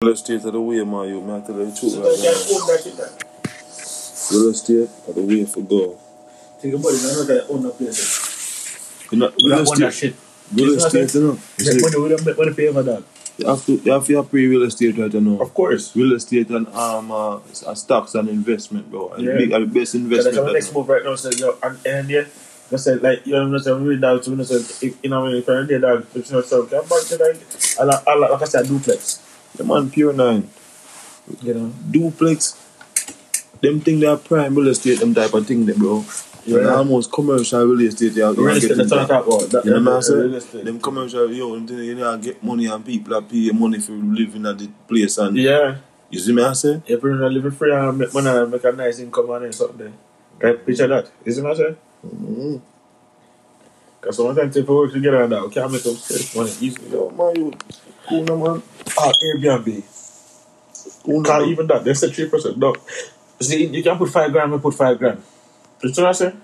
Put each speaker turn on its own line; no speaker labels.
Real estate of the way, man. You may have to tell you the truth
So don't just
right
own that shit that.
now. Real estate of the way for go.
Think about it, I know that I own that place.
You know,
We
real
don't own that
estate,
shit.
real
It's not
estate, you know. You
Like,
see,
When you- when you when you pay for that.
you have to, you have to pay real estate right now.
Of course.
Real estate and um, uh, s- uh, stocks and investment, bro. And
Yeah.
big, and the best
So that's
investment.
our
right
next
now.
move right now. So yo, and and yeah, I said like you know what I'm saying. We dog, so we said you know what I'm saying. They dog, you know so come back to that. I like, I like, like I said, duplex.
The man, pure nine,
You know.
duplex. Them thing they are prime real estate, them type of thing, they bro.
Yeah.
And almost commercial real estate, they are
Real
getting
estate. That's what I
that.
talk about. That,
You know what I'm
Real
saying?
estate.
Them commercial, yo, them thing, you know, get money and people are paying money for living at the place and
Yeah.
you see me I say?
If you're not living free and make money and make a nice income and then something. Can you picture that? You see what I'm saying?
Mm.
Because sometimes if we work together and that, we can make some serious money easily.
Yo, man, you cool no man.
Ah, Airbnb.
Cool no
Can't
man.
even that. That's a three percent. No. See, you can put five grand. We put five grand. You see what I'm saying?